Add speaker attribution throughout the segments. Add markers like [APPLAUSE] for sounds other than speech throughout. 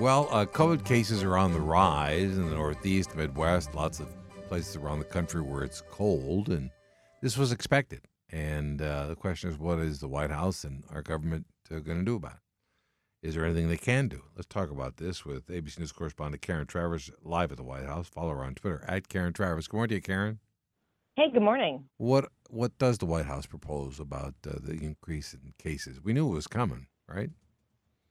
Speaker 1: Well, uh, COVID cases are on the rise in the Northeast, Midwest, lots of places around the country where it's cold, and this was expected. And uh, the question is, what is the White House and our government uh, going to do about it? Is there anything they can do? Let's talk about this with ABC News correspondent Karen Travers live at the White House. Follow her on Twitter at Karen Travers. Good morning to you, Karen.
Speaker 2: Hey, good morning.
Speaker 1: What what does the White House propose about uh, the increase in cases? We knew it was coming, right?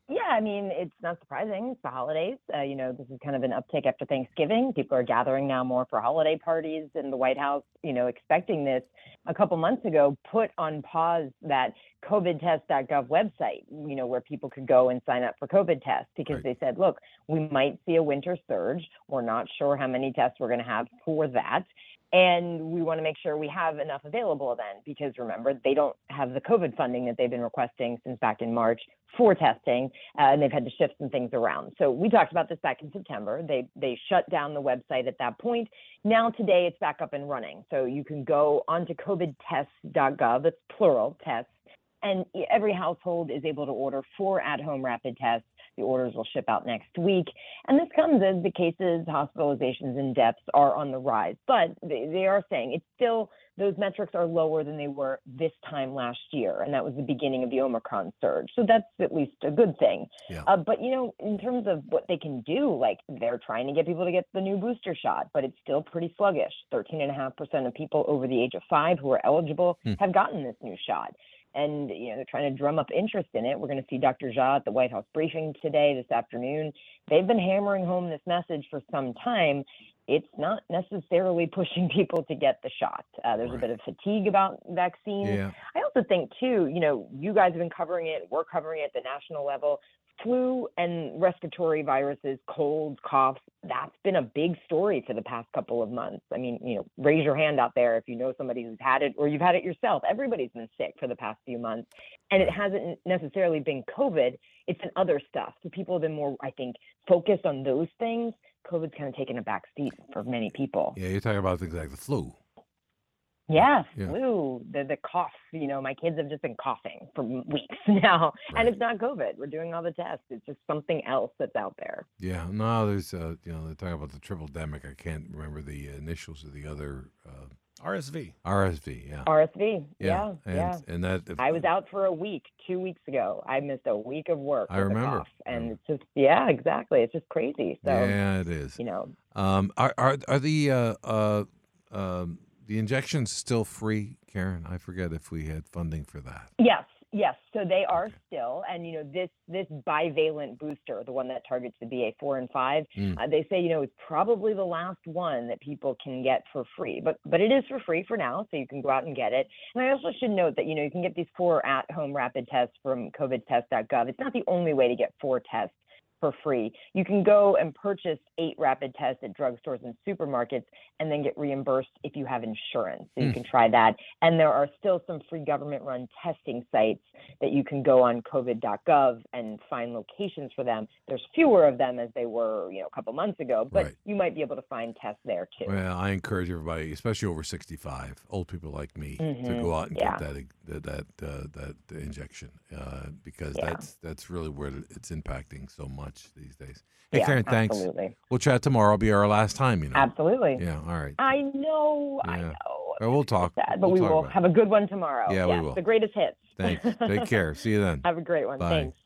Speaker 2: Yeah, I mean, it's not surprising. It's the holidays. Uh, you know, this is kind of an uptick after Thanksgiving. People are gathering now more for holiday parties, and the White House, you know, expecting this a couple months ago, put on pause that covidtest.gov website, you know, where people could go and sign up for COVID tests because they said, look, we might see a winter surge. We're not sure how many tests we're going to have for that. And we want to make sure we have enough available then, because remember, they don't have the COVID funding that they've been requesting since back in March for testing, uh, and they've had to shift some things around. So we talked about this back in September. They they shut down the website at that point. Now today it's back up and running. So you can go onto covidtests.gov. It's plural tests, and e-, every household is able to order four at-home rapid tests. The orders will ship out next week. And this comes as the cases, hospitalizations, and deaths are on the rise. But they, they are saying it's still, those metrics are lower than they were this time last year. And that was the beginning of the Omicron surge. So that's at least a good thing.
Speaker 1: Yeah.
Speaker 2: Uh, but, you know, in terms of what they can do, like they're trying to get people to get the new booster shot, but it's still pretty sluggish. 13.5% of people over the age of five who are eligible
Speaker 1: Hmm.
Speaker 2: have gotten this new shot and you know they're trying to drum up interest in it. We're going to see Dr. Jha at the White House briefing today, this afternoon. They've been hammering home this message for some time. It's not necessarily pushing [LAUGHS] people to get the shot. Uh, there's
Speaker 1: Right.
Speaker 2: a bit of fatigue about vaccines.
Speaker 1: Yeah.
Speaker 2: I also think too, you know, you guys have been covering it. We're covering it at the national level. Flu and respiratory viruses, colds, coughs, that's been a big story for the past couple of months. I mean, you know, raise your hand out there if you know somebody who's had it or you've had it yourself. Everybody's been sick for the past few months, and it hasn't necessarily been COVID. It's been other stuff. So people have been more, I think, focused on those things. COVID's kind of taken a back seat for many people.
Speaker 1: Yeah, you're talking about things like the flu.
Speaker 2: Yeah,
Speaker 1: Yeah.
Speaker 2: flu, the the cough. You know, my kids have just been coughing for m- weeks [LAUGHS] now,
Speaker 1: Right.
Speaker 2: and it's not COVID. We're doing all the tests. It's just something else that's out there.
Speaker 1: Yeah, no, there's uh, you know they're talking about the triple demic. I can't remember the initials of the other uh,
Speaker 3: RSV.
Speaker 1: RSV. Yeah,
Speaker 2: RSV. Yeah, yeah.
Speaker 1: and, and that uh, if-
Speaker 2: I was out for a week, two weeks ago. I missed a week of work.
Speaker 1: I
Speaker 2: with the
Speaker 1: remember.
Speaker 2: cough,
Speaker 1: I
Speaker 2: and
Speaker 1: remember.
Speaker 2: it's just yeah, exactly. It's just crazy. So
Speaker 1: Yeah, it is.
Speaker 2: you know,
Speaker 1: Um, are are are the uh, uh, um, the injections still free, Karen? I forget if we had funding for that.
Speaker 2: Yes, yes. So they are
Speaker 1: Okay.
Speaker 2: still, and you know, this this bivalent booster, the one that targets the BA four and five,
Speaker 1: Mm.
Speaker 2: uh, they say you know it's probably the last one that people can get for free. But but it is for free for now, so you can go out and get it. And I also should note that you know you can get these four at-home rapid tests from COVIDtest.gov. It's not the only way to get four tests. For free, you can go and purchase eight rapid tests at drugstores and supermarkets, and then get reimbursed if you have insurance. So you
Speaker 1: Mm.
Speaker 2: can try that. And there are still some free government run testing sites that you can go on covid.gov and find locations for them. There's fewer of them as they were, you know, a couple months ago, but
Speaker 1: Right.
Speaker 2: you might be able to find tests there too.
Speaker 1: Well, I encourage everybody, especially over 65, old people like me, to
Speaker 2: Mhm,
Speaker 1: go out and
Speaker 2: yeah.
Speaker 1: get that that that, uh, that injection uh, because
Speaker 2: Yeah.
Speaker 1: that's that's really where it's impacting so much these days. Hey,
Speaker 2: Yeah,
Speaker 1: Karen, thanks.
Speaker 2: Absolutely.
Speaker 1: We'll chat tomorrow. It'll be our last time, you know.
Speaker 2: Absolutely.
Speaker 1: Yeah. All right.
Speaker 2: I know, I
Speaker 1: Yeah.
Speaker 2: know.
Speaker 1: Well, we'll talk.
Speaker 2: Sad, but
Speaker 1: we'll
Speaker 2: we
Speaker 1: talk
Speaker 2: will
Speaker 1: about it.
Speaker 2: have a good one tomorrow.
Speaker 1: Yeah, we
Speaker 2: Yes,
Speaker 1: will.
Speaker 2: [LAUGHS] The greatest hits.
Speaker 1: Thanks. Take care. See you then.
Speaker 2: Have a great one.
Speaker 1: Bye.
Speaker 2: Thanks.